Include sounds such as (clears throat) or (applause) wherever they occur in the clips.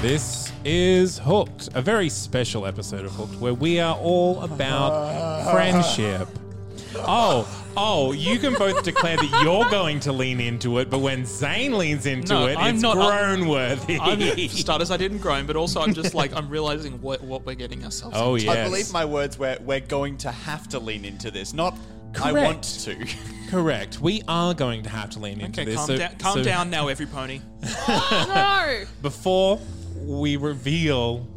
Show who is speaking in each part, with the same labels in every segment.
Speaker 1: This is Hooked, a very special episode of Hooked where we are all about friendship. Oh, oh, you can both declare that you're going to lean into it, but when Zane leans into
Speaker 2: No,
Speaker 1: it,
Speaker 2: I'm
Speaker 1: it's
Speaker 2: not-
Speaker 1: grown worthy. (laughs)
Speaker 2: I'm stutters. I didn't groan, but also I'm just like I'm realizing what, what we're getting ourselves.
Speaker 1: oh,
Speaker 2: into.
Speaker 1: yes.
Speaker 3: I believe my words were we're going to have to lean into this, not I
Speaker 1: Correct.
Speaker 3: want to. (laughs)
Speaker 1: Correct. We are going to have to lean into
Speaker 2: Okay,
Speaker 1: this.
Speaker 2: calm,
Speaker 1: So-
Speaker 2: down, calm
Speaker 1: so
Speaker 2: down now, every pony.
Speaker 4: No.
Speaker 1: Before we reveal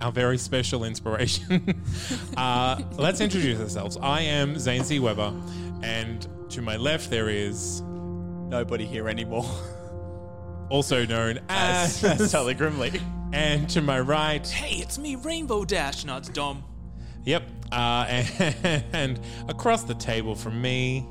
Speaker 1: our very special inspiration, (laughs) uh, let's introduce ourselves. I am Zane C. Weber, and to my left there is
Speaker 3: Nobody here anymore. (laughs)
Speaker 1: also known as
Speaker 3: That's Sally Grimley.
Speaker 1: And to my right,
Speaker 2: Hey, it's me, Rainbow Dash. No, it's Dom.
Speaker 1: yep, uh, and, across the table from me,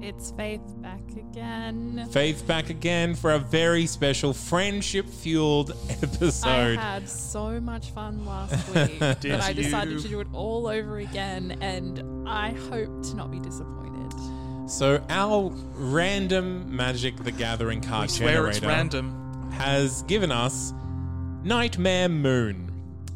Speaker 4: It's Faith back again.
Speaker 1: Faith back again for a very special friendship fueled
Speaker 4: I
Speaker 1: episode.
Speaker 4: had so much fun
Speaker 2: (laughs)
Speaker 4: last week that
Speaker 2: Did
Speaker 4: I
Speaker 2: you?
Speaker 4: decided to do it all over again, and I hope to not be disappointed.
Speaker 1: So, our random Magic the Gathering
Speaker 2: I
Speaker 1: card
Speaker 2: swear
Speaker 1: generator
Speaker 2: it's random.
Speaker 1: has given us Nightmare Moon,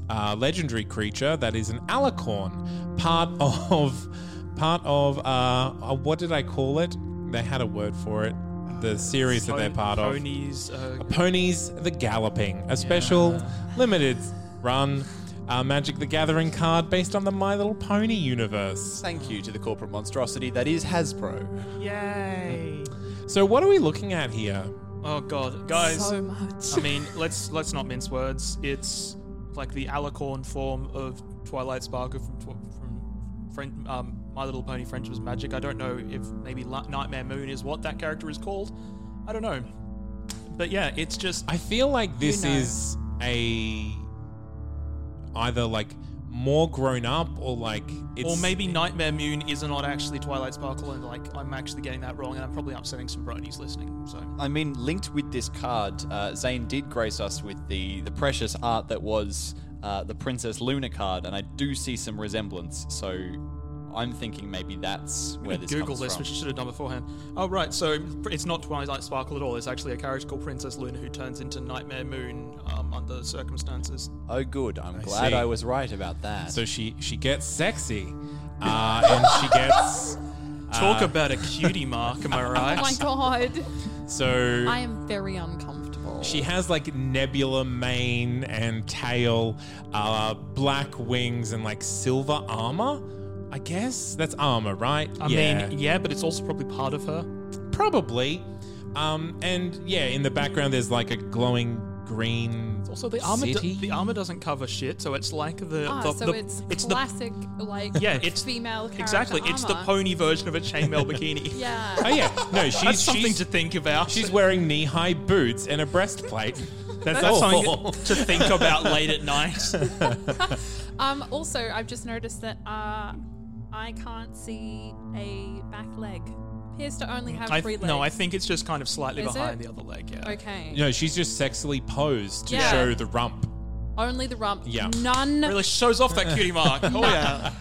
Speaker 1: a legendary creature that is an alicorn, part of part of uh, uh, what did I call it? They had a word for it. The series that they're part of.
Speaker 2: Ponies. Uh,
Speaker 1: Ponies the Galloping, a special limited run uh, Magic the Gathering card based on the My Little Pony universe.
Speaker 3: Thank you to the corporate monstrosity that is Hasbro.
Speaker 2: yay!
Speaker 1: So, what are we looking at here?
Speaker 2: Oh God, guys.
Speaker 4: so much.
Speaker 2: I mean, let's let's not mince words. It's like the alicorn form of Twilight Sparkle from Tw- from Friend, um, My Little Pony Friendship's Magic. I don't know if maybe La- Nightmare Moon is what that character is called. I don't know. But yeah, it's just
Speaker 1: I feel like this
Speaker 4: You know.
Speaker 1: is a either like more grown up or like it's
Speaker 2: or maybe Nightmare Moon is not actually Twilight Sparkle, and like I'm actually getting that wrong, and I'm probably upsetting some bronies listening. So
Speaker 3: I mean, linked with this card, uh, Zane did grace us with the, the precious art that was uh, the Princess Luna card, and I do see some resemblance, so I'm thinking maybe that's where this
Speaker 2: Google
Speaker 3: comes
Speaker 2: this,
Speaker 3: from.
Speaker 2: which I should have done beforehand. Oh right, so it's not Twilight Sparkle at all. It's actually a character called Princess Luna who turns into Nightmare Moon um, under circumstances.
Speaker 3: Oh, good. I'm glad
Speaker 1: see.
Speaker 3: I was right about that.
Speaker 1: so she she gets sexy uh, and she gets (laughs) Ah.
Speaker 2: Talk about a cutie mark, am I
Speaker 4: Oh (laughs) my
Speaker 2: right?
Speaker 4: god.
Speaker 1: so
Speaker 4: I am very uncomfortable.
Speaker 1: She has like nebula mane and tail, uh, black wings, and like silver armor. I guess that's armor, right?
Speaker 2: I mean, yeah, but it's also probably part of her.
Speaker 1: probably. Um, and yeah, in the background, there's like a glowing green.
Speaker 2: Also, the armor
Speaker 1: city.
Speaker 2: do- the armor doesn't cover shit, so it's like the
Speaker 4: Ah,
Speaker 2: the,
Speaker 4: so
Speaker 2: the-
Speaker 4: it's,
Speaker 2: the
Speaker 4: classic, like,
Speaker 2: yeah, it's
Speaker 4: female character
Speaker 2: exactly. It's the
Speaker 4: armor.
Speaker 2: pony version of a chainmail bikini.
Speaker 4: (laughs) Yeah.
Speaker 1: Oh yeah, no, she's
Speaker 2: (laughs) That's something
Speaker 1: she's,
Speaker 2: to think about.
Speaker 1: she's wearing knee-high boots and a breastplate. That's,
Speaker 2: That's
Speaker 1: all.
Speaker 2: something to think about late at night.
Speaker 4: Um, also, I've just noticed that uh, I can't see a back leg. Appears to only (laughs) have
Speaker 2: I,
Speaker 4: three legs.
Speaker 2: no, I think it's just kind of slightly
Speaker 4: Is
Speaker 2: behind
Speaker 4: it?
Speaker 2: the other leg. Yeah.
Speaker 4: Okay.
Speaker 1: No, she's just sexily posed to
Speaker 4: Yeah.
Speaker 1: show the rump.
Speaker 4: Only the rump.
Speaker 1: Yeah.
Speaker 4: None.
Speaker 2: Really shows off that cutie mark. Oh yeah.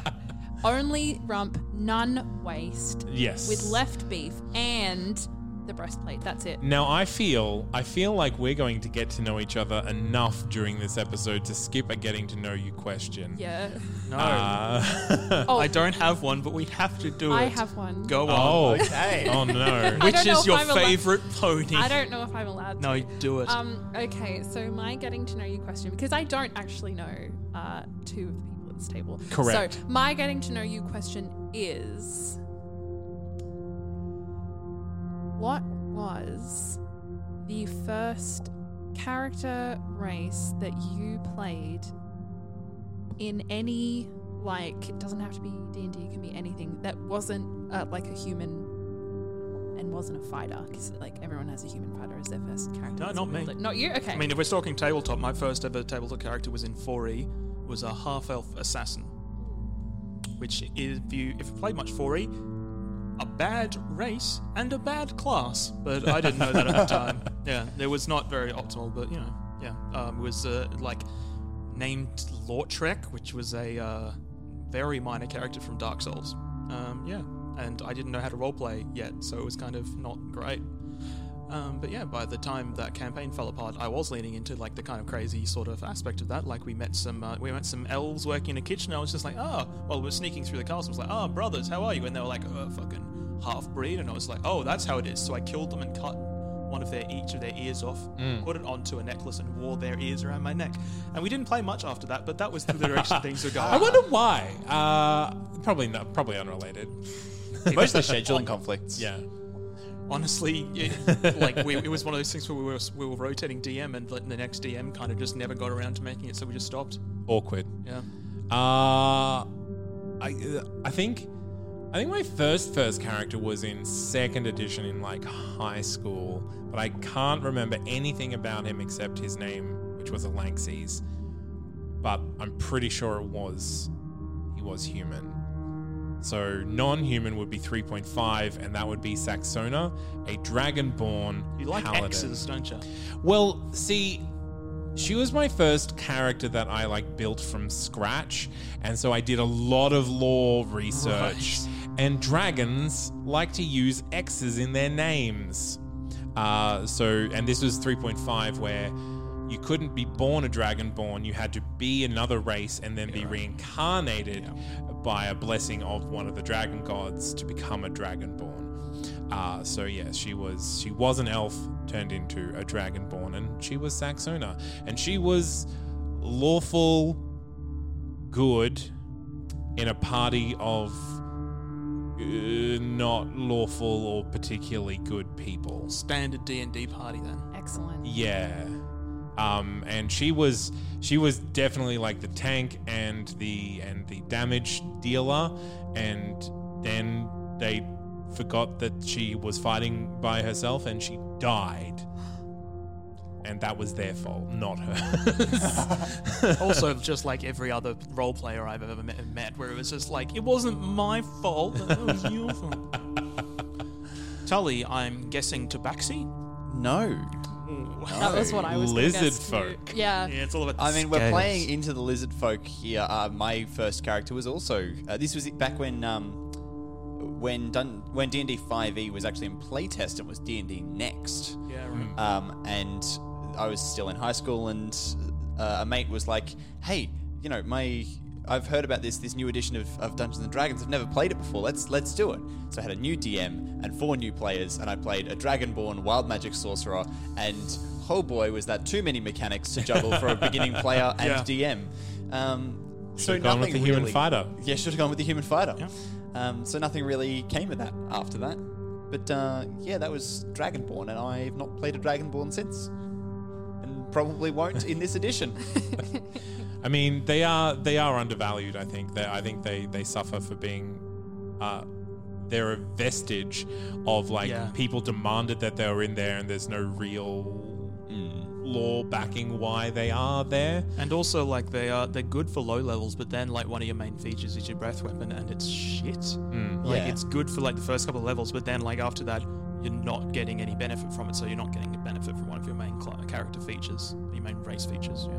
Speaker 4: Only rump. None waist.
Speaker 1: Yes.
Speaker 4: With left beef and the breastplate. That's
Speaker 2: Mm.
Speaker 4: it.
Speaker 1: Now I feel I feel like we're going to get to know each other enough during this episode to skip a getting to know you question.
Speaker 4: Yeah.
Speaker 2: (laughs) No,
Speaker 1: Uh, (laughs)
Speaker 4: Oh,
Speaker 2: I don't have one, but we have to do
Speaker 4: I
Speaker 2: it.
Speaker 4: have one.
Speaker 2: Go on.
Speaker 1: oh, oh
Speaker 2: (laughs)
Speaker 1: no.
Speaker 4: I
Speaker 2: Which
Speaker 4: don't know
Speaker 2: is
Speaker 4: if
Speaker 2: your
Speaker 4: I'm allowed-
Speaker 2: favorite pony?
Speaker 4: I don't know if I'm allowed.
Speaker 2: No,
Speaker 4: to.
Speaker 2: do it.
Speaker 4: Um. Okay. So my getting to know you question, because I don't actually know uh, two of the people at this table.
Speaker 1: Correct.
Speaker 4: So my getting to know you question is, what was the first character race that you played in any like it doesn't have to be d&d it can be anything that wasn't uh, like a human and wasn't a fighter because like everyone has a human fighter as their first character
Speaker 2: No,
Speaker 4: That's
Speaker 2: not
Speaker 4: what we
Speaker 2: me.
Speaker 4: played. not you okay
Speaker 2: I mean, if we're talking tabletop, my first ever tabletop character was in 4E, was a half elf assassin, which is, if you if you play much 4E, a bad race and a bad class. But I didn't know that at the time. Yeah, it was not very optimal, but you know, yeah, um, it was uh, like named Lortrek, which was a uh, very minor character from Dark Souls. Um, yeah, and I didn't know how to roleplay yet, so it was kind of not great. Um, but yeah, by the time that campaign fell apart, I was leaning into like the kind of crazy sort of aspect of that. Like we met some uh, we met some elves working in a kitchen. I was just like, oh, well, we're sneaking through the castle. I was like, oh, brothers, how are you? And they were like, oh, fucking half breed. And I was like, oh, that's how it is. So I killed them and cut one of their each of their ears off,
Speaker 1: Mm.
Speaker 2: put it onto a necklace, and wore their ears around my neck. And we didn't play much after that, but that was the
Speaker 1: (laughs)
Speaker 2: direction things were going.
Speaker 1: I wonder why. Uh, probably not. Probably unrelated. (laughs)
Speaker 3: Mostly scheduling conflicts.
Speaker 1: Yeah.
Speaker 2: Honestly, it, like we, it was one of those things where we were we were rotating DM, and like, the next DM kind of just never got around to making it, so we just stopped.
Speaker 1: Awkward.
Speaker 2: Yeah.
Speaker 1: Uh, I uh, I think I think my first first character was in second edition in like high school, but I can't remember anything about him except his name, which was Alanxes. But I'm pretty sure it was he was human. So non-human would be 3.5, and that would be Saxona, a dragonborn.
Speaker 2: You like
Speaker 1: paladin.
Speaker 2: axes, don't you?
Speaker 1: Well, see, she was my first character that I like built from scratch, and so I did a lot of lore research. And dragons like to use X's in their names. Uh, so, and this was 3.5, where you couldn't be born a dragonborn, you had to be another race and then be reincarnated by a blessing of one of the dragon gods to become a dragonborn. Uh, so yes, she was she was an elf turned into a dragonborn, and she was Saxona, and she was lawful good in a party of uh, not lawful or particularly good people.
Speaker 2: Standard D and D party then. (laughs)
Speaker 4: excellent
Speaker 1: Yeah. Um, and she was she was definitely like the tank and the and the damage dealer and then they forgot that she was fighting by herself and she died. And that was their fault, not her.
Speaker 2: also, just like every other role player I've ever met, met, where it was just like it wasn't my fault, it was your fault. (laughs) Tully, I'm guessing Tabaxi.
Speaker 3: No.
Speaker 4: that was what i was gonna
Speaker 1: Lizard
Speaker 4: guess too.
Speaker 1: folk.
Speaker 4: yeah
Speaker 2: Yeah, it's all about. The
Speaker 3: I mean, we're
Speaker 2: scales.
Speaker 3: playing into the lizard folk here. Uh, my first character was also. Uh, this was back when um, when Dun- when D and D five e was actually in playtest and was D and D next.
Speaker 2: Yeah, right.
Speaker 3: um, and I was still in high school, and uh, a mate was like, "Hey, you know, my I've heard about this this new edition of, of Dungeons and Dragons. I've never played it before. Let's let's do it." So I had a new DM and four new players, and I played a Dragonborn Wild Magic Sorcerer, and oh boy, was that too many mechanics to juggle for a beginning player
Speaker 2: (laughs)
Speaker 3: and DM. Um, so
Speaker 1: Should've gone with
Speaker 3: nothing
Speaker 1: the human
Speaker 3: really-
Speaker 1: fighter.
Speaker 3: Yeah, should have gone with the human fighter. Um, so nothing really came of that after that. But uh, yeah, that was Dragonborn, and I've not played a Dragonborn since, and probably won't in this edition. (laughs)
Speaker 1: I mean, they are they are undervalued. I think that I think they they suffer for being. Uh, they're a vestige of like
Speaker 2: Yeah.
Speaker 1: people demanded that they were in there, and there's no real law backing why they are there.
Speaker 2: And also, like they are, they're good for low levels, but then like one of your main features is your breath weapon, and it's shit. Like
Speaker 3: Yeah.
Speaker 2: it's good for like the first couple of levels, but then like after that, you're not getting any benefit from it. So you're not getting a benefit from one of your main cl- character features, your main race features. Yeah.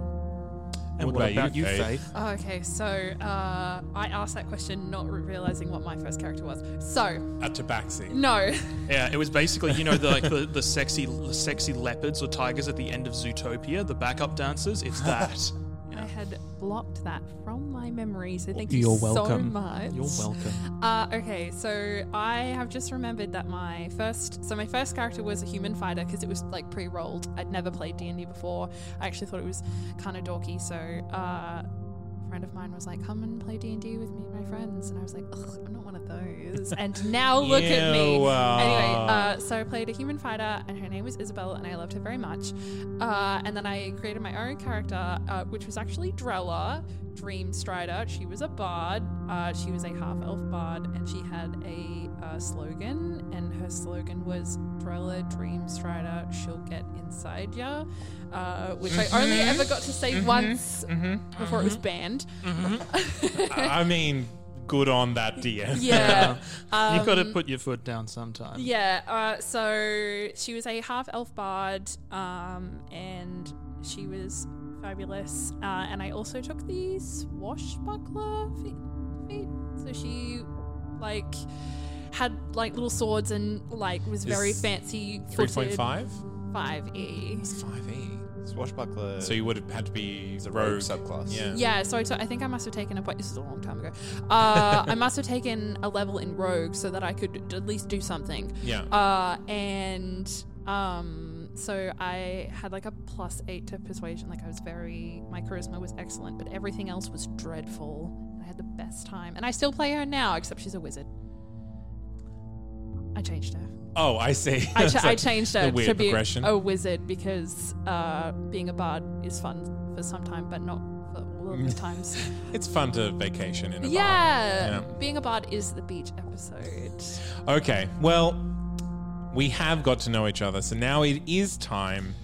Speaker 2: And
Speaker 1: What
Speaker 2: what,
Speaker 1: about you, Faith?
Speaker 4: Oh, okay, so uh, I asked that question not re- realizing what my first character was. So,
Speaker 1: A
Speaker 4: (laughs)
Speaker 1: tabaxi.
Speaker 4: no.
Speaker 2: Yeah, Uh, it was basically you know the like the, the sexy the sexy leopards or tigers at the end of Zootopia, the backup dancers. It's that.
Speaker 4: I had blocked that from my memory, so
Speaker 2: (laughs)
Speaker 4: thank
Speaker 2: You're
Speaker 4: you so
Speaker 2: welcome.
Speaker 4: much.
Speaker 2: You're welcome.
Speaker 4: Uh, okay, so I have just remembered that my first, so my first character was a human fighter because it was like pre-rolled. I'd never played D and D before. I actually thought it was kind of dorky. So uh, a friend of mine was like, "Come and play D and D with me and my friends," and I was like, Ugh, "I'm not one of those." And now look at me.
Speaker 1: Ew.
Speaker 4: Anyway, uh, so I played a human fighter, and her name was Isabel, and I loved her very much. Uh, and then I created my own character, uh, which was actually Drella Dreamstrider. She was a bard. Uh, she was a half elf bard, and she had a uh, slogan, and her slogan was Drella Dreamstrider. She'll get inside ya, uh, which I only ever got to say once before it was banned.
Speaker 1: I mean, good on that DM.
Speaker 4: Yeah.
Speaker 2: You've got to put your foot down sometime.
Speaker 4: Um, Yeah. Uh, so she was a half elf bard, um, and she was fabulous. Uh, and I also took the swashbuckler feat. feat. So she, like, had like little swords and like was very
Speaker 1: Is
Speaker 4: fancy.
Speaker 1: Three point five.
Speaker 4: Five e.
Speaker 1: Five e.
Speaker 3: Swashbuckler.
Speaker 1: So you would have had to be
Speaker 3: It's a
Speaker 1: rogue,
Speaker 3: rogue subclass.
Speaker 1: Yeah.
Speaker 4: Yeah, so I took- I think I must have taken a point. This is a long time ago. Uh, I must have taken a level in Rogue so that I could d- at least do something.
Speaker 1: Yeah.
Speaker 4: Uh, and um, so I had like a plus eight to persuasion. Like I was very, my charisma was excellent, but everything else was dreadful. I had the best time, and I still play her now, except she's a wizard. I changed her.
Speaker 1: Oh, I see. (laughs)
Speaker 4: I, ch-
Speaker 1: So
Speaker 4: I changed Oh,
Speaker 1: the
Speaker 4: it
Speaker 1: weird
Speaker 4: to be
Speaker 1: progression.
Speaker 4: a wizard because uh, being a bard is fun for some time, but not for all of the times.
Speaker 1: It's fun to vacation in a
Speaker 4: yeah.
Speaker 1: Yeah.
Speaker 4: being a bard is the beach episode.
Speaker 1: bar. Okay. Well, we have got to know each other, so now it is time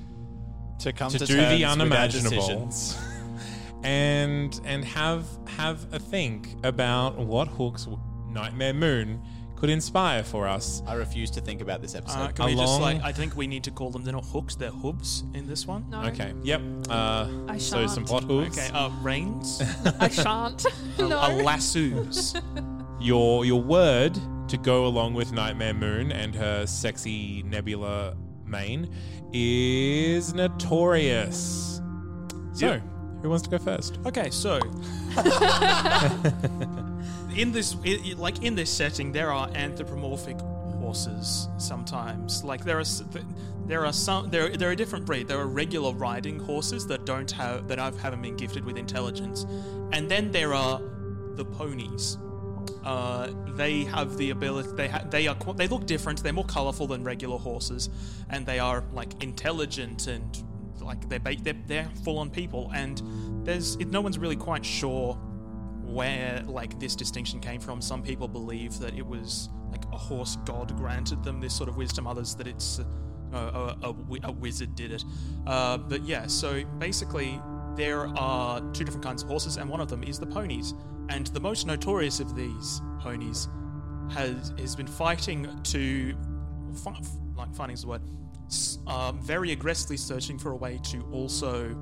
Speaker 3: to come
Speaker 1: to
Speaker 3: to,
Speaker 1: do the
Speaker 3: terms with our
Speaker 1: unimaginable.
Speaker 3: decisions.
Speaker 1: (laughs) and and have have a think about what Hook's Nightmare Moon could inspire for us.
Speaker 4: Um,
Speaker 3: I refuse to think about this episode.
Speaker 2: Uh, can we just
Speaker 1: Along-
Speaker 2: like? I think we need to call them. They're not hooks. They're hooves in this one.
Speaker 4: No,
Speaker 1: Okay. Yep. Uh,
Speaker 4: I
Speaker 1: so some
Speaker 4: shan't.
Speaker 1: plot hooks.
Speaker 2: Okay. Uh,
Speaker 4: (laughs)
Speaker 2: reins.
Speaker 4: I shan't. (laughs) no.
Speaker 2: A lassoes.
Speaker 1: Your your word to go along with Nightmare Moon and her sexy nebula mane is notorious. So, who wants to go first?
Speaker 2: Okay, so in this, i i- like in this setting, there are anthropomorphic horses. Sometimes, like there are, s- th- there are some, there, there are different breed. There are regular riding horses that don't have that I've haven't been gifted with intelligence, and then there are the ponies. Uh, they have the ability. They ha- they are qu- they look different. They're more colourful than regular horses, and they are like intelligent and like they're ba- they're, they're full on people. And there's it, no one's really quite sure where like this distinction came from. Some people believe that it was like a horse god granted them this sort of wisdom. Others that it's uh, a, a, a, wi- a wizard did it. Uh, but yeah, so basically there are two different kinds of horses, and one of them is the ponies. And the most notorious of these ponies has has been fighting to fi- f- like fighting is the word s- um, very aggressively searching for a way to also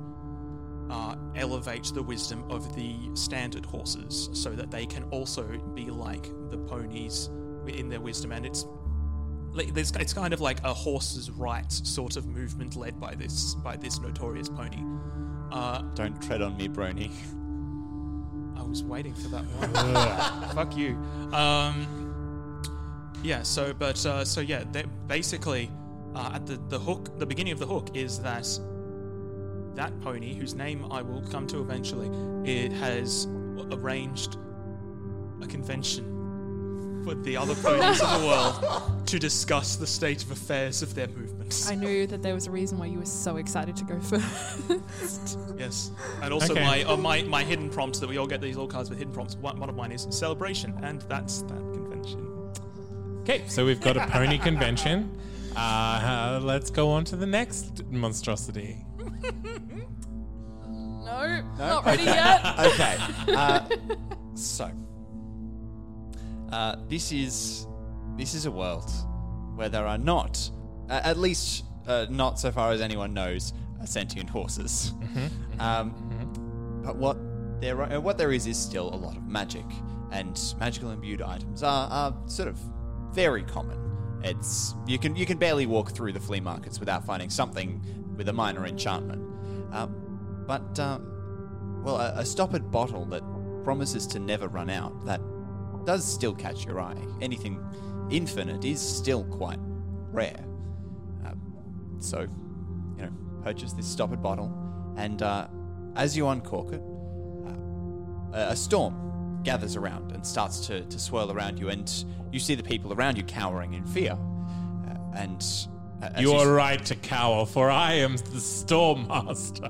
Speaker 2: uh, elevate the wisdom of the standard horses so that they can also be like the ponies in their wisdom and it's like, there's, it's kind of like a horse's rights sort of movement led by this by this notorious pony uh,
Speaker 3: Don't tread on me, Brony.
Speaker 2: I was waiting for that one. (laughs) Fuck you. Um, yeah. So, but uh, so yeah. They, basically, uh, at the the hook, the beginning of the hook is that that pony, whose name I will come to eventually, it has arranged a convention with the other ponies in the world to discuss the state of affairs of their movements.
Speaker 4: I knew that there was a reason why you were so excited to go first.
Speaker 2: Yes, and also
Speaker 1: Okay.
Speaker 2: my, uh, my my hidden prompts that we all get these little cards with hidden prompts. One, one of mine is celebration, and that's that convention.
Speaker 1: Okay, so we've got a pony convention. Uh, let's go on to the next monstrosity.
Speaker 4: (laughs) no, not
Speaker 3: (laughs)
Speaker 4: ready yet.
Speaker 3: okay. Uh, so, uh, this is this is a world where there are not, uh, at least uh, not so far as anyone knows, uh, sentient horses. Um, But what there are, what there is is still a lot of magic, and magical imbued items are, are sort of very common. It's you can you can barely walk through the flea markets without finding something with a minor enchantment. Uh, but uh, well, a, a stoppered bottle that promises to never run out that does still catch your eye. Anything infinite is still quite rare. Uh, so, you know, purchase this stoppered bottle, and uh, as you uncork it, uh, a a storm gathers around and starts to, to swirl around you, and you see the people around you cowering in fear. Uh, and uh, as
Speaker 1: You
Speaker 3: s-
Speaker 1: are right to cower, for I am the storm master.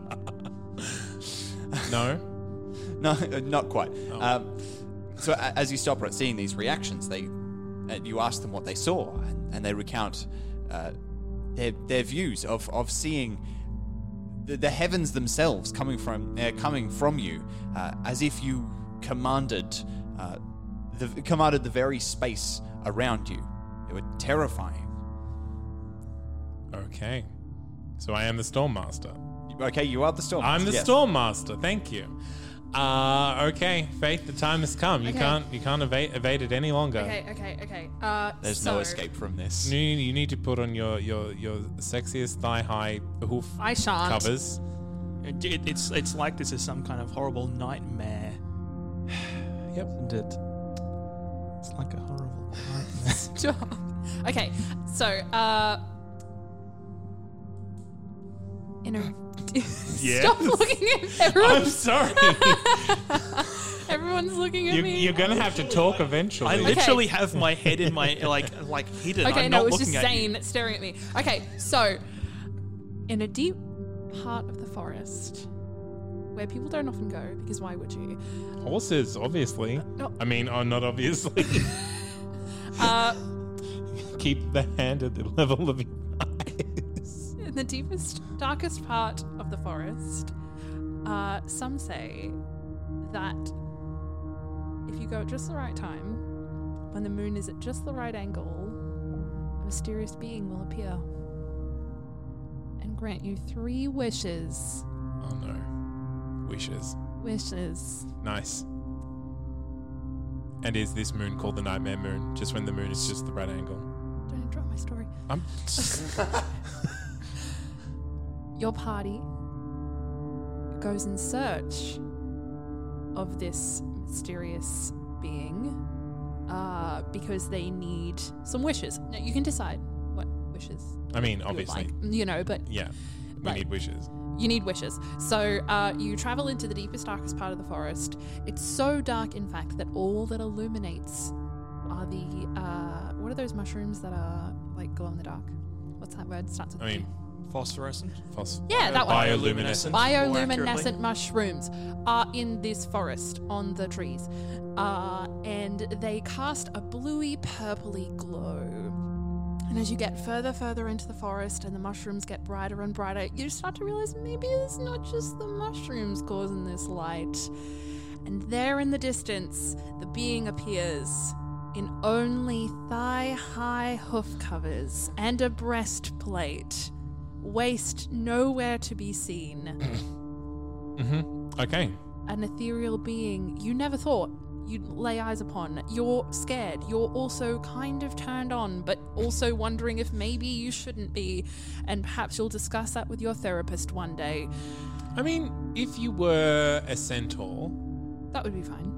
Speaker 1: no?
Speaker 3: No, (laughs) not quite.
Speaker 2: Oh,
Speaker 3: Um, so a- as you stop at seeing these reactions, they and you ask them what they saw, and, and they recount uh, their their views of of seeing the, the heavens themselves coming from uh, coming from you, uh, as if you commanded uh, the commanded the very space around you. They were terrifying.
Speaker 1: Okay. So I am the storm master.
Speaker 3: Okay, you are the storm.
Speaker 1: I'm the
Speaker 3: Yes.
Speaker 1: storm master. Thank you. Uh, okay, Faith, the time has come. You
Speaker 4: Okay.
Speaker 1: can't you can't evade, evade it any longer.
Speaker 4: Okay, okay, okay. Uh,
Speaker 3: There's
Speaker 4: so
Speaker 3: no escape from this.
Speaker 1: You, need- you need to put on your your your sexiest thigh high hoof
Speaker 4: I shan't. (laughs)
Speaker 1: covers.
Speaker 2: It, it- it's it's like this is some kind of horrible (sighs) nightmare.
Speaker 1: Yep.
Speaker 2: Isn't it? It's like a horrible nightmare.
Speaker 4: Stop. Okay, so uh, in a (laughs) stop looking at everyone.
Speaker 1: I'm sorry.
Speaker 4: Everyone's looking
Speaker 1: (laughs)
Speaker 4: at
Speaker 1: you,
Speaker 4: me.
Speaker 1: you're gonna have to talk eventually.
Speaker 2: I
Speaker 4: Okay.
Speaker 2: literally have my head in my like like hidden.
Speaker 4: okay,
Speaker 2: I'm
Speaker 4: no,
Speaker 2: not
Speaker 4: it was
Speaker 2: looking
Speaker 4: just
Speaker 2: at you.
Speaker 4: Zane staring at me. Okay, so in a deep part of the forest where people don't often go because why would you?
Speaker 1: Horses, obviously.
Speaker 4: no.
Speaker 1: I mean, oh, not obviously. (laughs)
Speaker 4: Uh,
Speaker 1: Keep the hand at the level of your eyes.
Speaker 4: in the deepest, darkest part of the forest, uh, some say that if you go at just the right time, when the moon is at just the right angle, a mysterious being will appear and grant you three wishes.
Speaker 1: Oh no, wishes.
Speaker 4: Wishes.
Speaker 1: Nice. And is this moon called the Nightmare Moon? Just when the moon is just the right angle.
Speaker 4: Don't interrupt my story. (laughs)
Speaker 1: I'm.
Speaker 4: Your party goes in search of this mysterious being uh, because they need some wishes. Now, you can decide what wishes.
Speaker 1: I mean,
Speaker 4: you would
Speaker 1: obviously,
Speaker 4: like, you know, but
Speaker 1: yeah. We
Speaker 4: Like-
Speaker 1: need wishes.
Speaker 4: you need wishes. So uh, you travel into the deepest, darkest part of the forest. It's so dark, in fact, that all that illuminates are the uh, what are those mushrooms that are like glow in the dark? What's that word? Starts with
Speaker 1: I mean,
Speaker 4: B.
Speaker 2: Phosphorescent.
Speaker 1: phos-
Speaker 4: yeah, that one.
Speaker 1: bioluminescent.
Speaker 2: more
Speaker 4: Bioluminescent
Speaker 2: accurately.
Speaker 4: mushrooms are in this forest on the trees, uh, and they cast a bluey purpley glow. And as you get further, further into the forest, and the mushrooms get brighter and brighter, you start to realize maybe it's not just the mushrooms causing this light. And there in the distance, the being appears in only thigh high hoof covers and a breastplate, waist nowhere to be seen.
Speaker 2: Mm-hmm.
Speaker 1: hmm Okay.
Speaker 4: An ethereal being you never thought you'd lay eyes upon. You're scared. You're also kind of turned on, but also wondering if maybe you shouldn't be. And perhaps you'll discuss that with your therapist one day.
Speaker 1: I mean, if you were a centaur,
Speaker 4: That would be fine.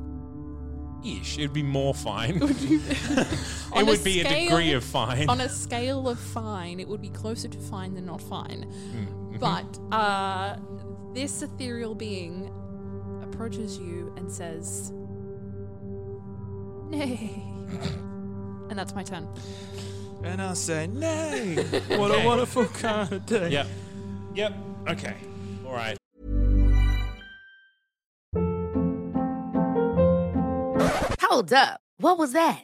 Speaker 1: ish, it'd be more fine.
Speaker 4: (laughs)
Speaker 1: (laughs)
Speaker 4: On
Speaker 1: it would be a
Speaker 4: scale-
Speaker 1: degree of fine.
Speaker 4: on a scale of fine, it would be closer to fine than not fine.
Speaker 1: Hmm, mm-hmm.
Speaker 4: But uh, this ethereal being approaches you and says,
Speaker 1: (laughs)
Speaker 4: Nay. and that's my turn.
Speaker 2: And I say,
Speaker 3: (laughs)
Speaker 2: nay. What
Speaker 1: Okay.
Speaker 2: a wonderful kind of
Speaker 1: (laughs)
Speaker 2: day.
Speaker 1: Yep. Yep. Okay. All right. (clears throat)
Speaker 5: Hold up. What was that?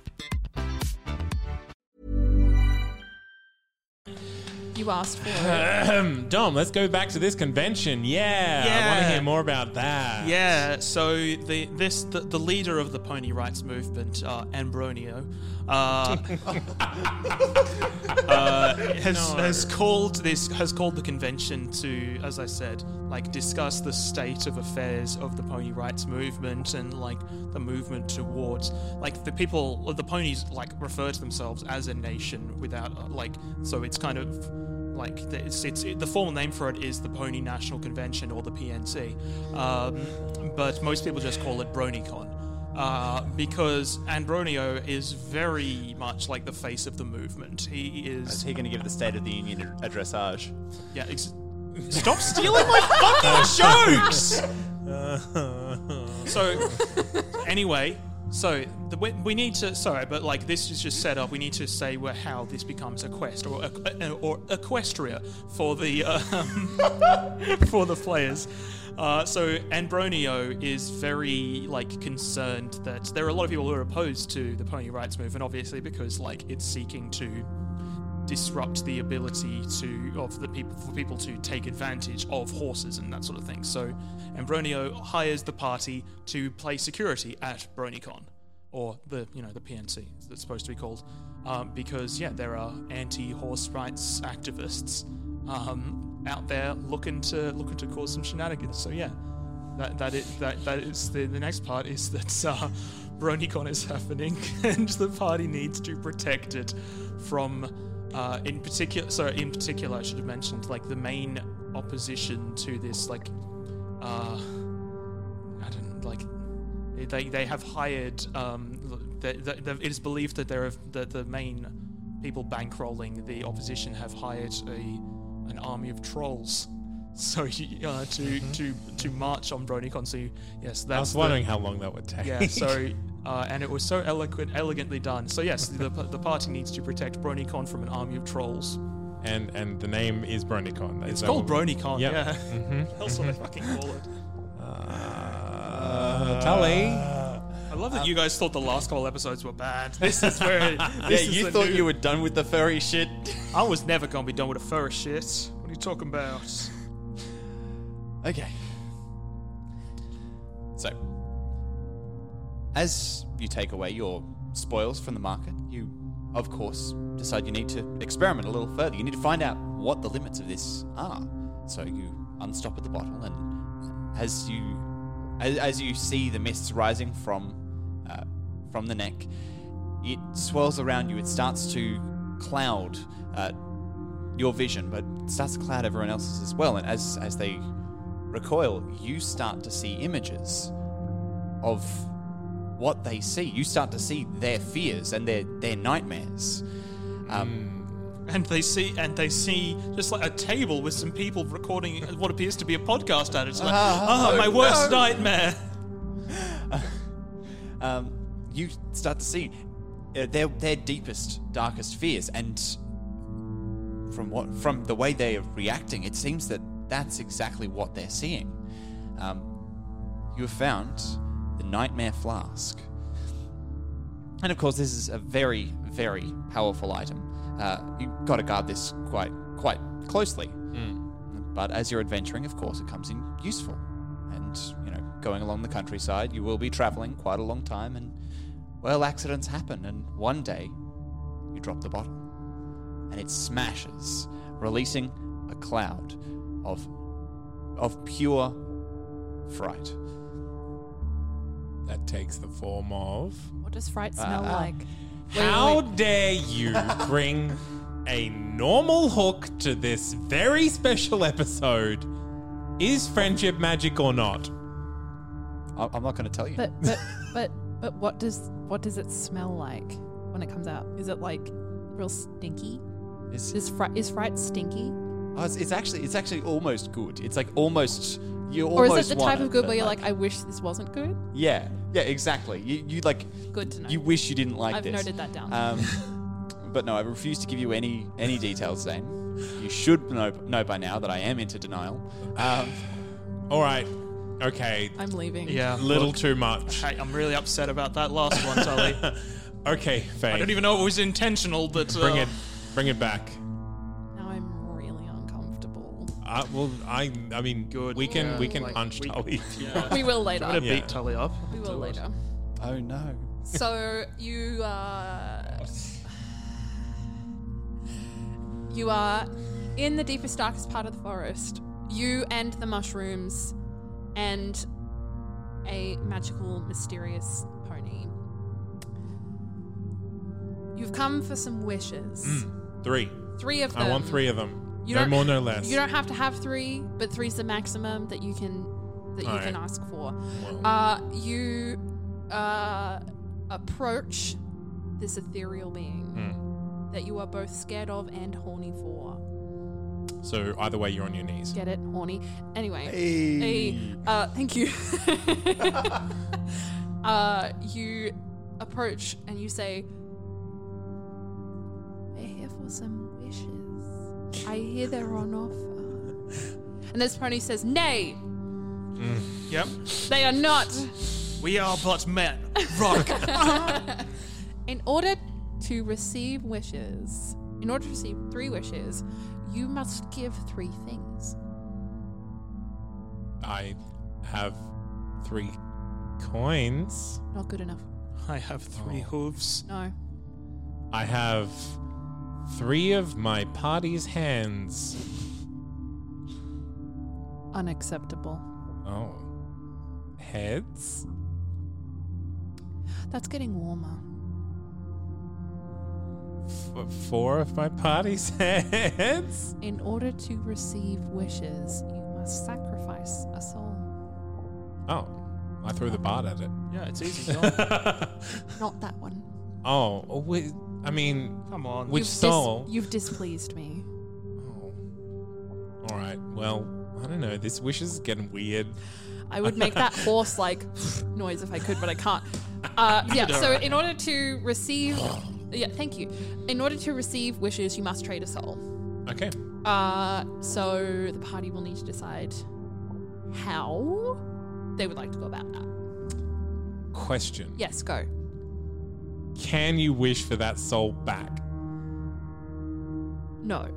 Speaker 4: You asked for
Speaker 3: (laughs)
Speaker 4: it.
Speaker 1: Dom, let's go back to this convention. Yeah, I want to
Speaker 2: Yeah.
Speaker 1: hear more about that.
Speaker 2: Yeah, so the this the, the leader of the pony rights movement, uh, Ambronio, uh, uh, has, has called this has called the convention to, as I said, like discuss the state of affairs of the pony rights movement and like the movement towards like the people or the ponies like refer to themselves as a nation without uh, like so it's kind of like the- it's, it's it, the formal name for it is the Pony National Convention or the PNC, um, but most people just call it BronyCon uh, because Ambronio is very much like the face of the movement. He
Speaker 3: Is
Speaker 2: is
Speaker 3: he going to give the State of the Union a dressage?
Speaker 2: yeah. Ex- Stop stealing my fucking jokes. so anyway, so the, we, we need to. Sorry, but like this is just set up. We need to say where, how this becomes a quest or a, or Equestria for the uh, (laughs) for the players. Uh, so Ambronio is very like concerned that there are a lot of people who are opposed to the pony rights movement, obviously because like it's seeking to disrupt the ability to of the people for people to take advantage of horses and that sort of thing. So Ambronio hires the party to play security at BronyCon, or the you know the PNC that's supposed to be called, um, because yeah there are anti-horse rights activists um, out there looking to looking to cause some shenanigans. So yeah, that that is that that is the, the next part is that (laughs) uh, BronyCon is happening (laughs) and the party needs to protect it from uh, in particular. So in particular, I should have mentioned like the main opposition to this like uh, I don't like they they have hired um they, they, they- it is believed that there have that the main people bankrolling the opposition have hired a an army of trolls. (laughs) So you- uh, to to to march on BronyCon. So you- yes, that's
Speaker 1: Mm-hmm. I was
Speaker 2: the-
Speaker 1: wondering how long that would take.
Speaker 2: (laughs) yeah, so, uh, and it was so eloquent, elegantly done. So, yes, the, the party needs to protect BronyCon from an army of trolls.
Speaker 1: (laughs) and and the name is BronyCon. Is
Speaker 2: It's
Speaker 1: that
Speaker 2: called
Speaker 1: what-
Speaker 2: BronyCon,
Speaker 1: Yep. Mm-hmm.
Speaker 2: yeah. (laughs) That's what I fucking call it.
Speaker 1: Uh, Tully.
Speaker 2: I love that you guys thought the last couple episodes were (laughs) bad. This is
Speaker 3: (laughs)
Speaker 2: where.
Speaker 3: yeah, you thought you were done with the furry shit.
Speaker 2: (laughs) I was never gonna be done with a fur shit. What are you talking about?
Speaker 3: Okay. So, as you take away your spoils from the market, you, of course, decide you need to experiment a little further. You need to find out what the limits of this are. So you unstopper the bottle, and as you, as, as you see the mists rising from, uh, from the neck, it swirls around you. It starts to cloud. Uh, your vision, but it starts to cloud everyone else's as well. And as as they recoil, you start to see images of what they see. You start to see their fears and their their nightmares. Um,
Speaker 2: And they see, and they see, just like a table with some people recording what appears to be a podcast at it. It's like, ah, my worst nightmare.
Speaker 3: um, you start to see uh, their their deepest, darkest fears, and from what from the way they are reacting, it seems that that's exactly what they're seeing. Um, you have found the nightmare flask. And of course, this is a very, very powerful item. Uh, you've got to guard this quite, quite closely. But as you're adventuring, of course, it comes in useful. And you know, going along the countryside, you will be traveling quite a long time, and well, accidents happen. And one day, you drop the bottle, and it smashes, releasing a cloud of of pure fright.
Speaker 1: That takes the form of.
Speaker 4: What does fright
Speaker 3: Uh,
Speaker 4: smell like? Wait,
Speaker 1: How
Speaker 4: wait.
Speaker 1: dare you bring a normal hook to this very special episode? Is friendship magic or not?
Speaker 3: I- I'm not going to tell you.
Speaker 4: But but but but what does what does it smell like when it comes out? Is it like real stinky?
Speaker 3: It's-
Speaker 4: Is fright is fright stinky?
Speaker 3: Oh, it's, it's actually it's actually almost good. It's like almost you
Speaker 4: Or
Speaker 3: almost.
Speaker 4: is it the
Speaker 3: want
Speaker 4: type of good
Speaker 3: but,
Speaker 4: where you're like, I wish this wasn't good?
Speaker 3: yeah, yeah, exactly. You you like
Speaker 4: Good to know.
Speaker 3: you wish you didn't like
Speaker 4: I've
Speaker 3: this.
Speaker 4: noted that down. (laughs)
Speaker 3: Um, but no, I refuse to give you any any details, Zane. You should know know by now that I am into denial. Um,
Speaker 1: All right. Okay.
Speaker 4: I'm leaving.
Speaker 2: Yeah,
Speaker 1: Little
Speaker 2: look,
Speaker 1: too much.
Speaker 2: Hey, I'm really upset about that last one, (laughs) Tully.
Speaker 1: Okay, Faye.
Speaker 2: I don't even know if it was intentional, but uh,
Speaker 1: bring it. Bring it back.
Speaker 4: Now I'm
Speaker 3: (laughs)
Speaker 1: I, Uh, well, I, I mean,
Speaker 2: Good.
Speaker 1: we can
Speaker 2: Yeah,
Speaker 1: we can
Speaker 2: like,
Speaker 1: punch
Speaker 2: we-
Speaker 1: Tully.
Speaker 2: (laughs)
Speaker 1: if you want.
Speaker 4: We will
Speaker 2: I'm gonna
Speaker 4: later.
Speaker 1: Yeah.
Speaker 2: beat Tully up.
Speaker 4: We will
Speaker 2: Do it.
Speaker 4: later.
Speaker 3: Oh no.
Speaker 4: So you uh, are you are in the deepest, darkest part of the forest. You and the mushrooms, and a magical, mysterious pony. You've come for some wishes.
Speaker 1: Three.
Speaker 4: Three of them.
Speaker 1: Mm. I
Speaker 2: Um,
Speaker 1: want three of them.
Speaker 4: You
Speaker 1: no
Speaker 4: don't-
Speaker 1: more,
Speaker 2: (laughs)
Speaker 1: no less.
Speaker 4: You don't have to have three, but three's the maximum that you can that you
Speaker 1: All
Speaker 4: can
Speaker 1: right.
Speaker 4: ask for. Uh, you uh, approach this ethereal being that you are both scared of and horny for.
Speaker 1: so either way, you're on your knees.
Speaker 4: Get it? Horny. Anyway. Hey. Uh, thank you. (laughs) uh, you approach and you say, We're here for some wishes. I hear they're on offer. And this pony says, Nay,
Speaker 2: Yep.
Speaker 4: they are not.
Speaker 2: We are but men. (laughs) Rock.
Speaker 4: (laughs) In order to receive wishes, in order to receive three wishes, you must give three things.
Speaker 1: I have three coins.
Speaker 4: Not good enough.
Speaker 2: I have three hooves.
Speaker 4: No.
Speaker 1: I have three of my party's hands.
Speaker 4: Unacceptable.
Speaker 1: Oh, heads.
Speaker 4: That's getting warmer.
Speaker 1: F- four of my (laughs) party's heads.
Speaker 4: In order to receive wishes, you must sacrifice a soul.
Speaker 1: Oh, I threw the bard at it.
Speaker 2: Yeah, it's
Speaker 3: (laughs)
Speaker 2: easy. John.
Speaker 4: Not that one.
Speaker 1: Oh, whi- I mean,
Speaker 2: Come on.
Speaker 1: Which
Speaker 4: you've dis-
Speaker 1: soul?
Speaker 4: you've displeased me.
Speaker 1: Oh. All right. Well, I don't know. This wish is getting weird.
Speaker 4: I would make that horse like (laughs) noise if I could, but I can't. Uh, yeah. So in order to receive, yeah, thank you. In order to receive wishes, you must trade a soul.
Speaker 1: Okay.
Speaker 4: Uh, so the party will need to decide how they would like to go about that.
Speaker 1: Question.
Speaker 4: Yes, go.
Speaker 1: Can you wish for that soul back?
Speaker 4: No.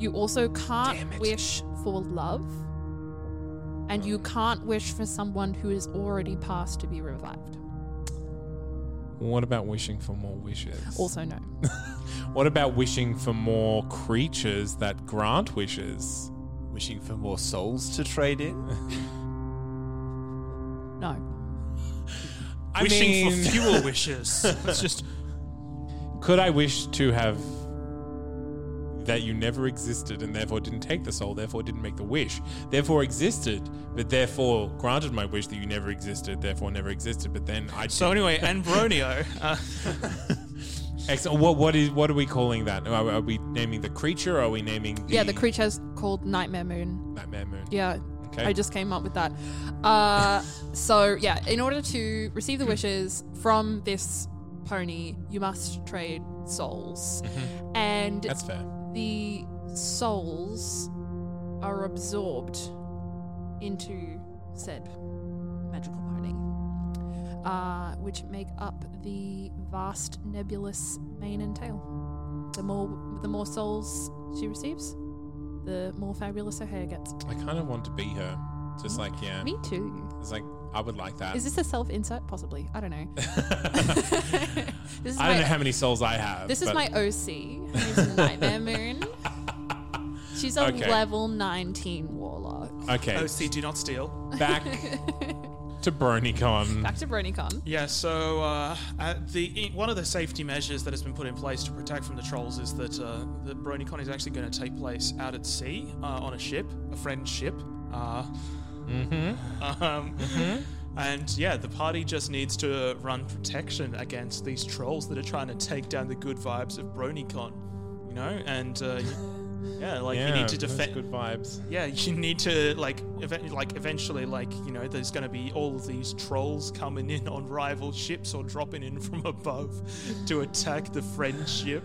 Speaker 4: You also
Speaker 1: Hmm. Damn
Speaker 4: can't
Speaker 1: it.
Speaker 4: wish for love. And
Speaker 1: Hmm.
Speaker 4: you can't wish for someone who is already passed to be revived.
Speaker 1: What about wishing for more wishes? (laughs)
Speaker 4: Also, no.
Speaker 1: What about wishing for more creatures that grant wishes?
Speaker 3: Wishing for more souls to trade in?
Speaker 4: No.
Speaker 1: (laughs) I
Speaker 2: Wishing
Speaker 1: mean-
Speaker 2: for (laughs) fewer wishes. It's just
Speaker 1: Could I wish to have that you never existed and therefore didn't take the soul, therefore didn't make the wish, therefore existed, but therefore granted my wish that you never existed, therefore never existed, but then I
Speaker 2: so. (laughs) Anyway, Ambronio. Uh,
Speaker 1: Excellent. What what is what are we calling that? Are, are we naming the creature? are we naming the
Speaker 4: Yeah, the creature's called Nightmare Moon.
Speaker 1: Nightmare moon.
Speaker 4: Yeah.
Speaker 1: Okay.
Speaker 4: I just came up with that. Uh, (laughs) so, yeah, in order to receive the
Speaker 1: Hmm.
Speaker 4: wishes from this pony, you must trade souls. And
Speaker 1: Mm-hmm. That's fair.
Speaker 4: the souls are absorbed into said magical pony, uh, which make up the vast nebulous mane and tail. The more the more souls she receives, the more fabulous her hair gets.
Speaker 1: I kind of want to be her. Just like yeah.
Speaker 4: Me too.
Speaker 1: It's like I would like that.
Speaker 4: Is this a self insert? Possibly. I
Speaker 1: (laughs)
Speaker 4: don't know. (laughs) this is
Speaker 1: I don't
Speaker 4: my-
Speaker 1: know how many souls I have.
Speaker 4: This is
Speaker 1: but
Speaker 4: my OC. Her
Speaker 1: (laughs)
Speaker 4: name's Nightmare Moon. She's a
Speaker 1: Okay.
Speaker 4: level 19 warlock.
Speaker 1: okay.
Speaker 2: OC, do not steal.
Speaker 4: (laughs)
Speaker 1: Back to BronyCon.
Speaker 4: Back to BronyCon.
Speaker 2: Yeah. So uh, at the one of the safety measures that has been put in place to protect from the trolls is that uh, the BronyCon is actually going to take place out at sea uh, on a ship, a friend's ship. Uh, (laughs) Um, And yeah, the party just needs to run protection against these trolls that are trying to take down the good vibes of BronyCon, you know. And uh, (laughs) yeah, like
Speaker 1: yeah,
Speaker 2: you need to
Speaker 1: that's
Speaker 2: defend.
Speaker 1: good vibes.
Speaker 2: Yeah, (laughs) you need to like, ev- like eventually, like you know, there's going to be all of these trolls coming in on rival ships or dropping in from above to attack the friendship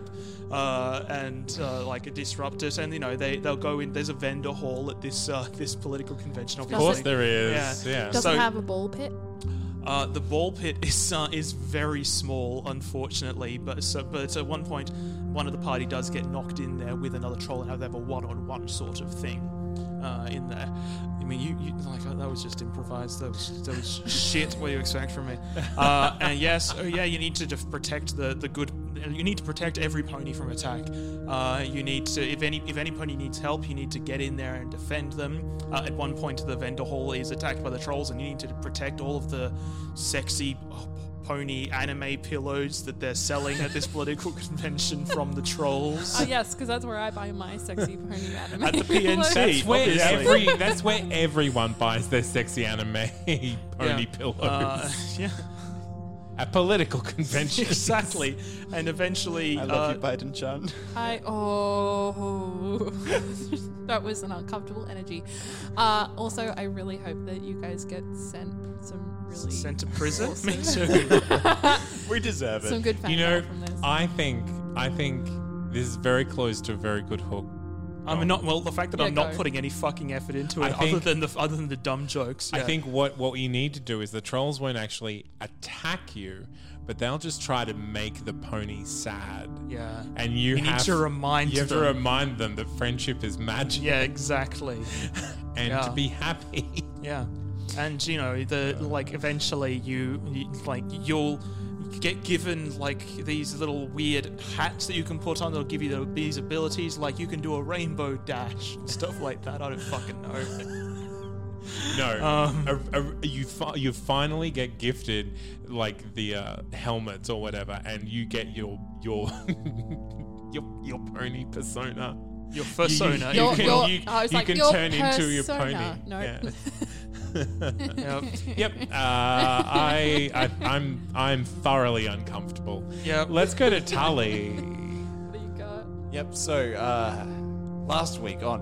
Speaker 2: uh, and uh, like disrupt it. And you know, they they'll go in. There's a vendor hall at this uh, this political convention. Obviously.
Speaker 1: Of course there is.
Speaker 2: Yeah.
Speaker 1: Yeah.
Speaker 4: Doesn't
Speaker 2: So-
Speaker 4: have a ball pit.
Speaker 2: Uh, the ball pit is uh, is very small, unfortunately. But so, but at one point, one of the party does get knocked in there with another troll and have they have a one on one sort of thing. uh, in there. I mean, you, you like that was just improvised. That was that was shit. What do you expect from me? Uh, and yes, oh yeah, you need to def- protect the the good. You need to protect every pony from attack. Uh, you need to, if any if any pony needs help, you need to get in there and defend them. Uh, at one point, the vendor hall is attacked by the trolls, and you need to protect all of the sexy oh, pony anime pillows that they're selling at this political (laughs) convention from the trolls.
Speaker 4: Oh, yes, because that's where I buy my sexy
Speaker 1: (laughs)
Speaker 4: pony anime. (laughs)
Speaker 2: At the PNC.
Speaker 1: That's where
Speaker 2: Obviously.
Speaker 1: every that's where everyone buys their sexy anime (laughs) pony
Speaker 2: Yeah.
Speaker 1: pillows
Speaker 2: Uh, (laughs) yeah,
Speaker 1: (laughs) at political conventions. (laughs)
Speaker 2: exactly. And eventually,
Speaker 3: I love
Speaker 2: uh,
Speaker 3: you, Biden Chan.
Speaker 4: I oh, (laughs) that was an uncomfortable energy. Uh, also, I really hope that you guys get sent some really
Speaker 2: sent to prison. (laughs) Me
Speaker 4: awesome-
Speaker 2: too.
Speaker 3: we deserve
Speaker 4: some good fan
Speaker 1: You know,
Speaker 4: mail from this.
Speaker 1: I think I think this is very close to a very good hook.
Speaker 2: I'm not. Well, the fact that
Speaker 4: Yeah,
Speaker 2: I'm not
Speaker 4: go.
Speaker 2: putting any fucking effort into
Speaker 1: I
Speaker 2: it, other
Speaker 1: think-
Speaker 2: than the other than the dumb jokes.
Speaker 1: I
Speaker 2: yeah.
Speaker 1: think what what you need to do is the trolls won't actually attack you, but they'll just try to make the pony sad.
Speaker 2: Yeah.
Speaker 1: And you,
Speaker 2: You need
Speaker 1: have
Speaker 2: to remind
Speaker 1: you have to
Speaker 2: them.
Speaker 1: remind them that friendship is magic
Speaker 2: Yeah. Exactly.
Speaker 1: and
Speaker 2: yeah.
Speaker 1: to be happy. (laughs)
Speaker 2: Yeah. And you know the like. Eventually, you, you like you'll get given like these little weird hats that you can put on that'll give you the, these abilities. Like you can do a rainbow dash, and stuff like that. I don't fucking know.
Speaker 1: No,
Speaker 2: Um.
Speaker 1: a, a- you fi- you finally get gifted like the uh, helmets or whatever, and you get your your (laughs) your, your pony persona.
Speaker 2: Your
Speaker 1: You,
Speaker 2: persona.
Speaker 1: you,
Speaker 4: Your-
Speaker 1: can,
Speaker 4: your-
Speaker 1: you,
Speaker 4: I was
Speaker 1: you
Speaker 4: like,
Speaker 1: can
Speaker 4: your
Speaker 1: turn into your pony.
Speaker 4: persona. No. (laughs)
Speaker 1: Yeah.
Speaker 2: (laughs) Yep.
Speaker 1: yep. Uh, I, I I'm I'm thoroughly uncomfortable.
Speaker 2: Yep.
Speaker 1: Let's go to Tully.
Speaker 4: What do you got?
Speaker 3: Yep. So uh, last week on,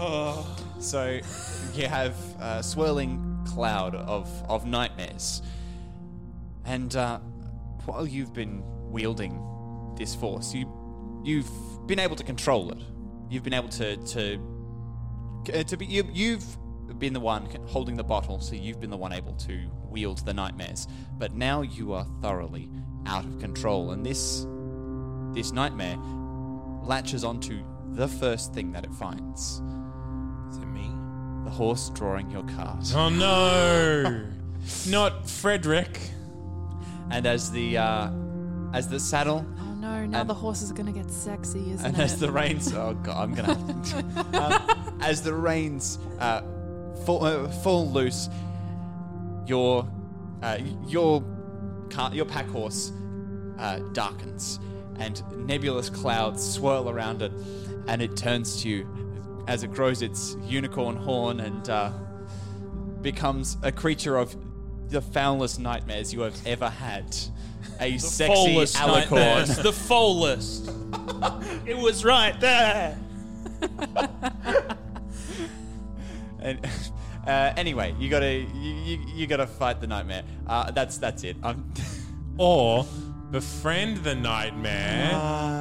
Speaker 3: um, (laughs) so you have a swirling cloud of of nightmares, and uh, while you've been wielding this force, you you've been able to control it. You've been able to to uh, to be you, you've been the one holding the bottle, so you've been the one able to wield the nightmares. But now you are thoroughly out of control, and this this nightmare latches onto the first thing that it finds
Speaker 1: Is it me?
Speaker 3: the horse drawing your cart.
Speaker 1: Oh no, not Frederick.
Speaker 3: And as the uh, as the saddle
Speaker 4: Oh no! Now
Speaker 3: And-
Speaker 4: the horses are gonna get sexy, isn't
Speaker 3: and
Speaker 4: it? (laughs)
Speaker 3: as the reins, oh god, I'm gonna (laughs) Um, as the reins uh, fall, uh, fall loose, your uh, your cart, your pack horse uh, darkens, and nebulous clouds swirl around it, and it turns to you as it grows its unicorn horn and uh, becomes a creature of the foulest nightmares you have ever had. A sexy
Speaker 2: Foalest
Speaker 3: alicorn.
Speaker 2: nightmares. The foalest. it was right there.
Speaker 3: And (laughs) uh, anyway, you gotta you, you, you gotta fight the nightmare. Uh, that's that's it. I'm (laughs)
Speaker 1: or befriend the nightmare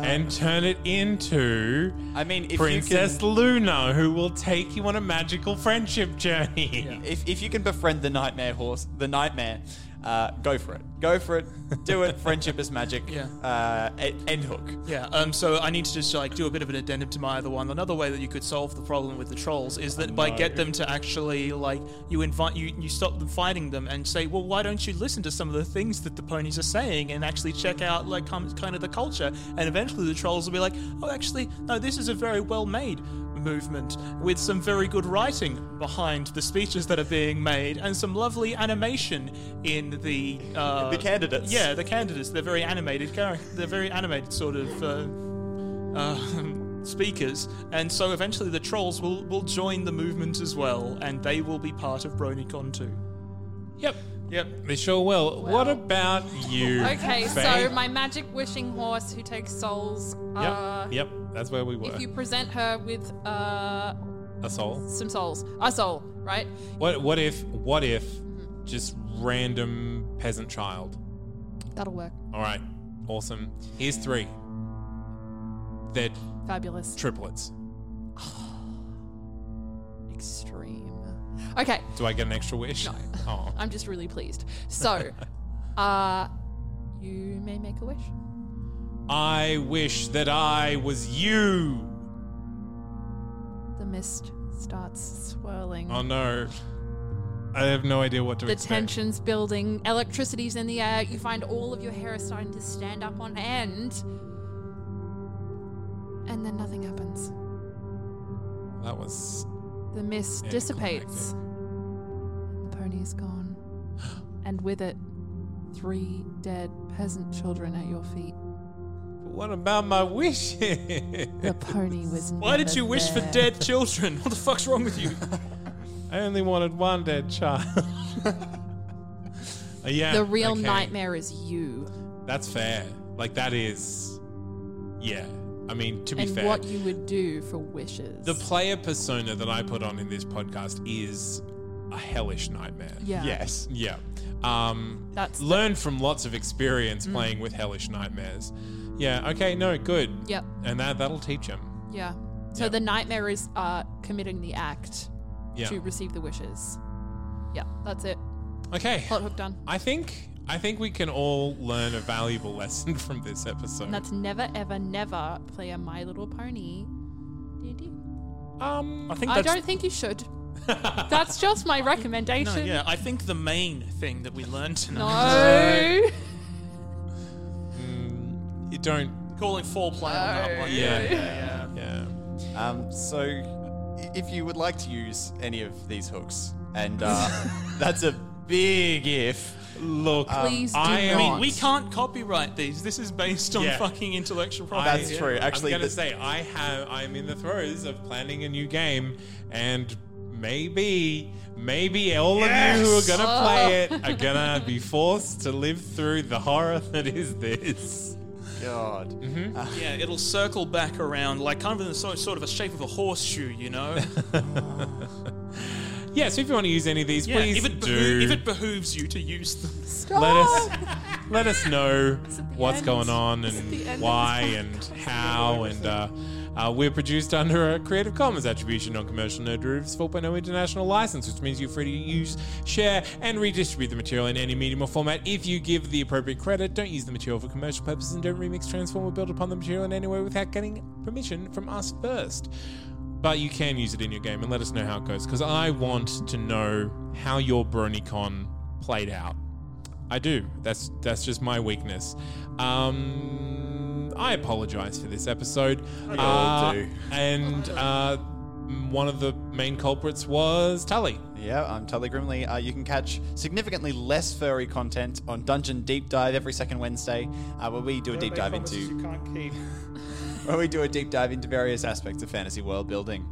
Speaker 1: and turn it into
Speaker 3: I mean, if
Speaker 1: Princess
Speaker 3: you can,
Speaker 1: Luna, who will take you on a magical friendship journey.
Speaker 3: if, if you can befriend the nightmare horse, the nightmare, uh, go for it. Go for it. Do it. Friendship is magic.
Speaker 2: Yeah.
Speaker 3: Uh, e- end hook.
Speaker 2: Yeah. Um. So I need to just like do a bit of an addendum to my other one. Another way that you could solve the problem with the trolls is that by get them to actually like you invite you you stop them fighting them and say, well, why don't you listen to some of the things that the ponies are saying and actually check out like com- kind of the culture and eventually the trolls will be like, oh, actually, no, this is a very well made movement with some very good writing behind the speeches that are being made and some lovely animation in the uh,
Speaker 3: The candidates.
Speaker 2: Yeah, the candidates. They're very animated character. They're very animated sort of uh, uh, speakers, and so eventually the trolls will will join the movement as well, and they will be part of BronyCon too.
Speaker 1: Yep.
Speaker 2: Yep.
Speaker 1: They sure will. What about you?
Speaker 4: okay, so
Speaker 1: Faye?
Speaker 4: my magic wishing horse who takes souls.
Speaker 1: Yep,
Speaker 4: Uh,
Speaker 1: yep, that's where we were.
Speaker 4: If you present her with uh,
Speaker 1: a soul.
Speaker 4: some souls, a soul, right?
Speaker 1: What what if what if
Speaker 4: Mm-hmm.
Speaker 1: just random peasant child?
Speaker 4: That'll work.
Speaker 1: Alright. Awesome. Here's three. They're
Speaker 4: Fabulous.
Speaker 1: triplets.
Speaker 4: Extreme. Okay,
Speaker 1: Do I get an extra wish? No. (laughs) Oh.
Speaker 4: I'm just really pleased.
Speaker 3: (laughs)
Speaker 4: So, uh, you may make a wish.
Speaker 1: I wish that I was you.
Speaker 4: The mist starts swirling.
Speaker 1: Oh no. I have no idea what to
Speaker 4: the
Speaker 1: expect.
Speaker 4: tension's building, electricity's in the air. You find all of your hair is starting to stand up on end. And then nothing happens.
Speaker 1: That was
Speaker 4: The mist
Speaker 1: Yeah,
Speaker 4: dissipates. And the pony is gone. And with it, three dead peasant children at your feet.
Speaker 1: But What about my wishes? (laughs)
Speaker 4: The pony was
Speaker 2: Why did
Speaker 4: never
Speaker 2: you wish for
Speaker 4: there.
Speaker 2: dead children? What the fuck's wrong with you?
Speaker 1: I only wanted one dead child. (laughs)
Speaker 4: (laughs)
Speaker 1: Uh, yeah.
Speaker 4: The real
Speaker 1: okay.
Speaker 4: nightmare is you.
Speaker 1: That's fair. Like that is Yeah. I mean, to be
Speaker 4: and
Speaker 1: fair.
Speaker 4: what you would do for wishes.
Speaker 1: the player persona that I put on in this podcast is a hellish nightmare.
Speaker 4: (laughs) yeah.
Speaker 3: Yes.
Speaker 1: Yeah. Um,
Speaker 4: That's the-
Speaker 1: learned from lots of
Speaker 4: Mm.
Speaker 1: experience playing with hellish nightmares. Yeah. Okay. No. Good.
Speaker 4: Yep.
Speaker 1: And that that'll teach him.
Speaker 4: Yeah. So
Speaker 1: Yeah.
Speaker 4: the nightmare is uh, committing the act
Speaker 1: Yeah.
Speaker 4: to receive the wishes. Yeah, that's it.
Speaker 1: Okay.
Speaker 4: Plot hook done.
Speaker 1: I think I think we can all learn a valuable lesson (laughs) from this episode.
Speaker 4: And that's never, ever, never play a My Little Pony. D&D.
Speaker 1: um.
Speaker 2: I think
Speaker 4: I
Speaker 2: that's.
Speaker 4: don't think you
Speaker 2: (laughs)
Speaker 4: should. that's just my recommendation.
Speaker 2: no, yeah, I think the main thing that we learned (laughs) tonight
Speaker 4: No.
Speaker 1: mm, you don't.
Speaker 2: calling four player on that one.
Speaker 1: Yeah.
Speaker 2: yeah, yeah.
Speaker 1: Yeah.
Speaker 3: Um, so, i- if you would like to use any of these hooks, and uh, that's a big if.
Speaker 1: Look.
Speaker 4: Please do
Speaker 1: I
Speaker 2: I
Speaker 1: am-
Speaker 4: not.
Speaker 2: mean, we can't copyright these. This is based on
Speaker 1: Yeah.
Speaker 2: fucking intellectual property.
Speaker 3: That's true. Actually,
Speaker 1: I'm gonna
Speaker 3: the-
Speaker 1: say I have. I'm in the throes of planning a new game, and maybe, maybe all of you who are gonna play it are gonna be forced to live through the horror that is this.
Speaker 3: God.
Speaker 2: Yeah, it'll circle back around, like kind of in the so- sort of a shape of a horseshoe, you
Speaker 3: (laughs)
Speaker 2: know.
Speaker 1: Yeah. So if you want to use any of these,
Speaker 2: Yeah,
Speaker 1: please
Speaker 2: if it,
Speaker 1: do.
Speaker 2: behoo- if it behooves you to use them.
Speaker 1: let us let us know what's
Speaker 4: end.
Speaker 1: going on
Speaker 4: It's at the end of
Speaker 1: and
Speaker 4: this
Speaker 1: why and how and uh, uh, we're produced under a Creative Commons Attribution Non-Commercial No Derivatives 4.0 International License, which means you're free to use, share, and redistribute the material in any medium or format if you give the appropriate credit. Don't use the material for commercial purposes and don't remix, transform, or build upon the material in any way without getting permission from us first but you can use it in your game and let us know how it goes because I want to know how your BronyCon played out. I do. That's that's just my weakness. Um, I apologize for this episode.
Speaker 3: We all
Speaker 1: Uh,
Speaker 3: do.
Speaker 1: And uh, m- one of the main culprits was Tully.
Speaker 3: Yeah, I'm Tully Grimley. Uh, you can catch significantly less furry content on Dungeon Deep Dive every second Wednesday, uh, where we do a deep dive into
Speaker 2: can't keep.
Speaker 3: where we do a deep dive into various aspects of fantasy world building.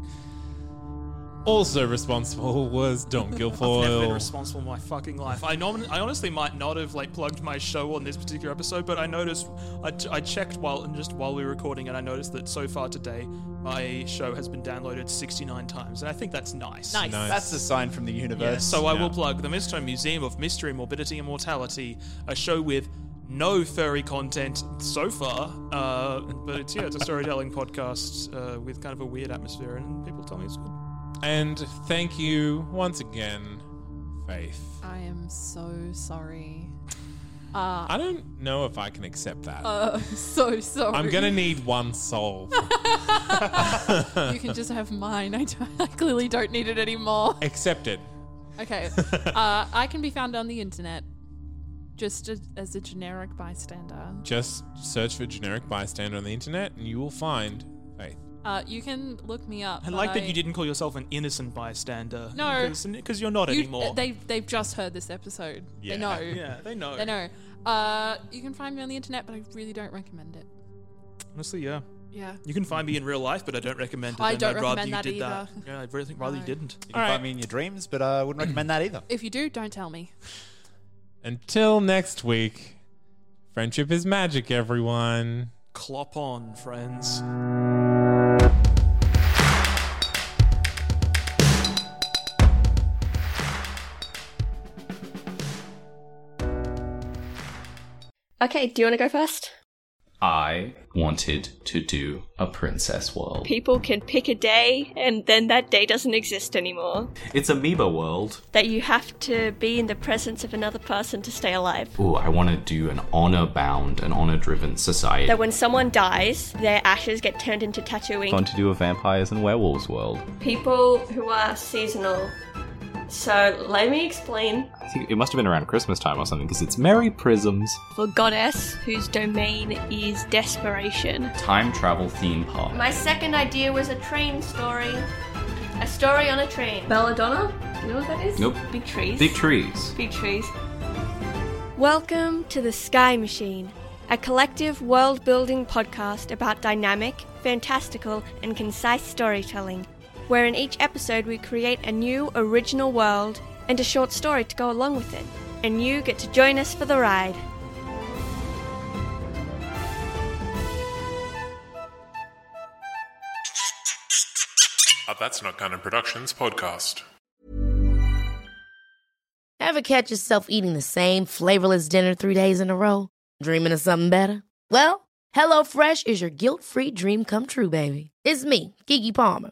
Speaker 1: Also responsible was Don
Speaker 2: (laughs) Never been
Speaker 1: Guilfoyle.
Speaker 2: responsible in my fucking life. I, nom- I honestly might not have like plugged my show on this particular episode, but I noticed I, t- I checked while and just while we were recording, and I noticed that so far today my show has been downloaded 69 times, and I think that's nice.
Speaker 4: Nice.
Speaker 1: Nice.
Speaker 3: That's a sign from the
Speaker 2: Yeah,
Speaker 3: universe.
Speaker 2: so uh, I
Speaker 1: Yeah.
Speaker 2: will plug the Mistone Museum of Mystery, Morbidity, and Mortality, a show with no furry content so far, uh, but it's yeah, it's a storytelling (laughs) podcast uh, with kind of a weird atmosphere, and people tell me it's good.
Speaker 1: and thank you once again, Faith.
Speaker 4: I am so sorry.
Speaker 1: I don't know if I can accept that.
Speaker 4: So sorry.
Speaker 1: I'm gonna need one soul.
Speaker 4: You can just have mine. I, don't, I clearly don't need it anymore.
Speaker 1: Accepted.
Speaker 2: (laughs)
Speaker 4: Okay. Uh, I can be found on the internet, just as, as a generic bystander.
Speaker 1: Just search for generic bystander on the internet and you will find faith.
Speaker 4: Uh, you can look me up.
Speaker 2: I
Speaker 4: but
Speaker 2: like that you didn't call yourself an innocent bystander.
Speaker 4: No.
Speaker 2: because you're not
Speaker 4: you- uh,
Speaker 2: anymore.
Speaker 4: They they've just heard this episode.
Speaker 1: Yeah.
Speaker 4: They know.
Speaker 2: yeah, they know.
Speaker 4: They know. Uh, you can find me on the internet, but I really don't recommend it.
Speaker 2: Honestly, yeah.
Speaker 4: Yeah.
Speaker 2: You can find me in real life, but I don't recommend it.
Speaker 4: I
Speaker 2: and
Speaker 4: don't
Speaker 2: I'd rather
Speaker 4: recommend
Speaker 2: you
Speaker 4: that
Speaker 2: did
Speaker 4: either.
Speaker 2: that. Yeah, I'd really think rather you
Speaker 4: No.
Speaker 2: didn't.
Speaker 3: you can find me in your dreams, but I wouldn't recommend that either.
Speaker 4: If you do, don't tell me.
Speaker 1: Until next week, friendship is magic, everyone.
Speaker 2: Clop on, friends.
Speaker 6: Okay, do you want to go first? I wanted to do a princess world.
Speaker 7: People can pick a day, and then that day doesn't exist anymore.
Speaker 6: It's Amoeba World.
Speaker 7: That you have to be in the presence of another person to stay alive.
Speaker 6: Ooh, I want to do an honor bound, an honor driven society.
Speaker 7: That when someone dies, their ashes get turned into tattooing.
Speaker 8: Fun to do a vampires and werewolves world.
Speaker 7: People who are seasonal. So let me explain.
Speaker 8: I think it must have been around Christmas time or something because it's Merry Prisms.
Speaker 7: For goddess, whose domain is desperation.
Speaker 6: Time travel theme park.
Speaker 7: My second idea was a train story. A story on a train. Belladonna? You know what that is?
Speaker 6: Nope.
Speaker 7: Big trees.
Speaker 6: Big trees.
Speaker 7: Big trees. Welcome to the Sky Machine, a collective world building podcast about dynamic, fantastical, and concise storytelling, where in each episode we create a new original world and a short story to go along with it. And you get to join us for the ride.
Speaker 9: A Uh, That's Not Canon Productions podcast.
Speaker 5: Ever catch yourself eating the same flavorless dinner three days in a row? Dreaming of something better? Well, HelloFresh is your guilt free dream come true, baby. It's me, Gigi Palmer.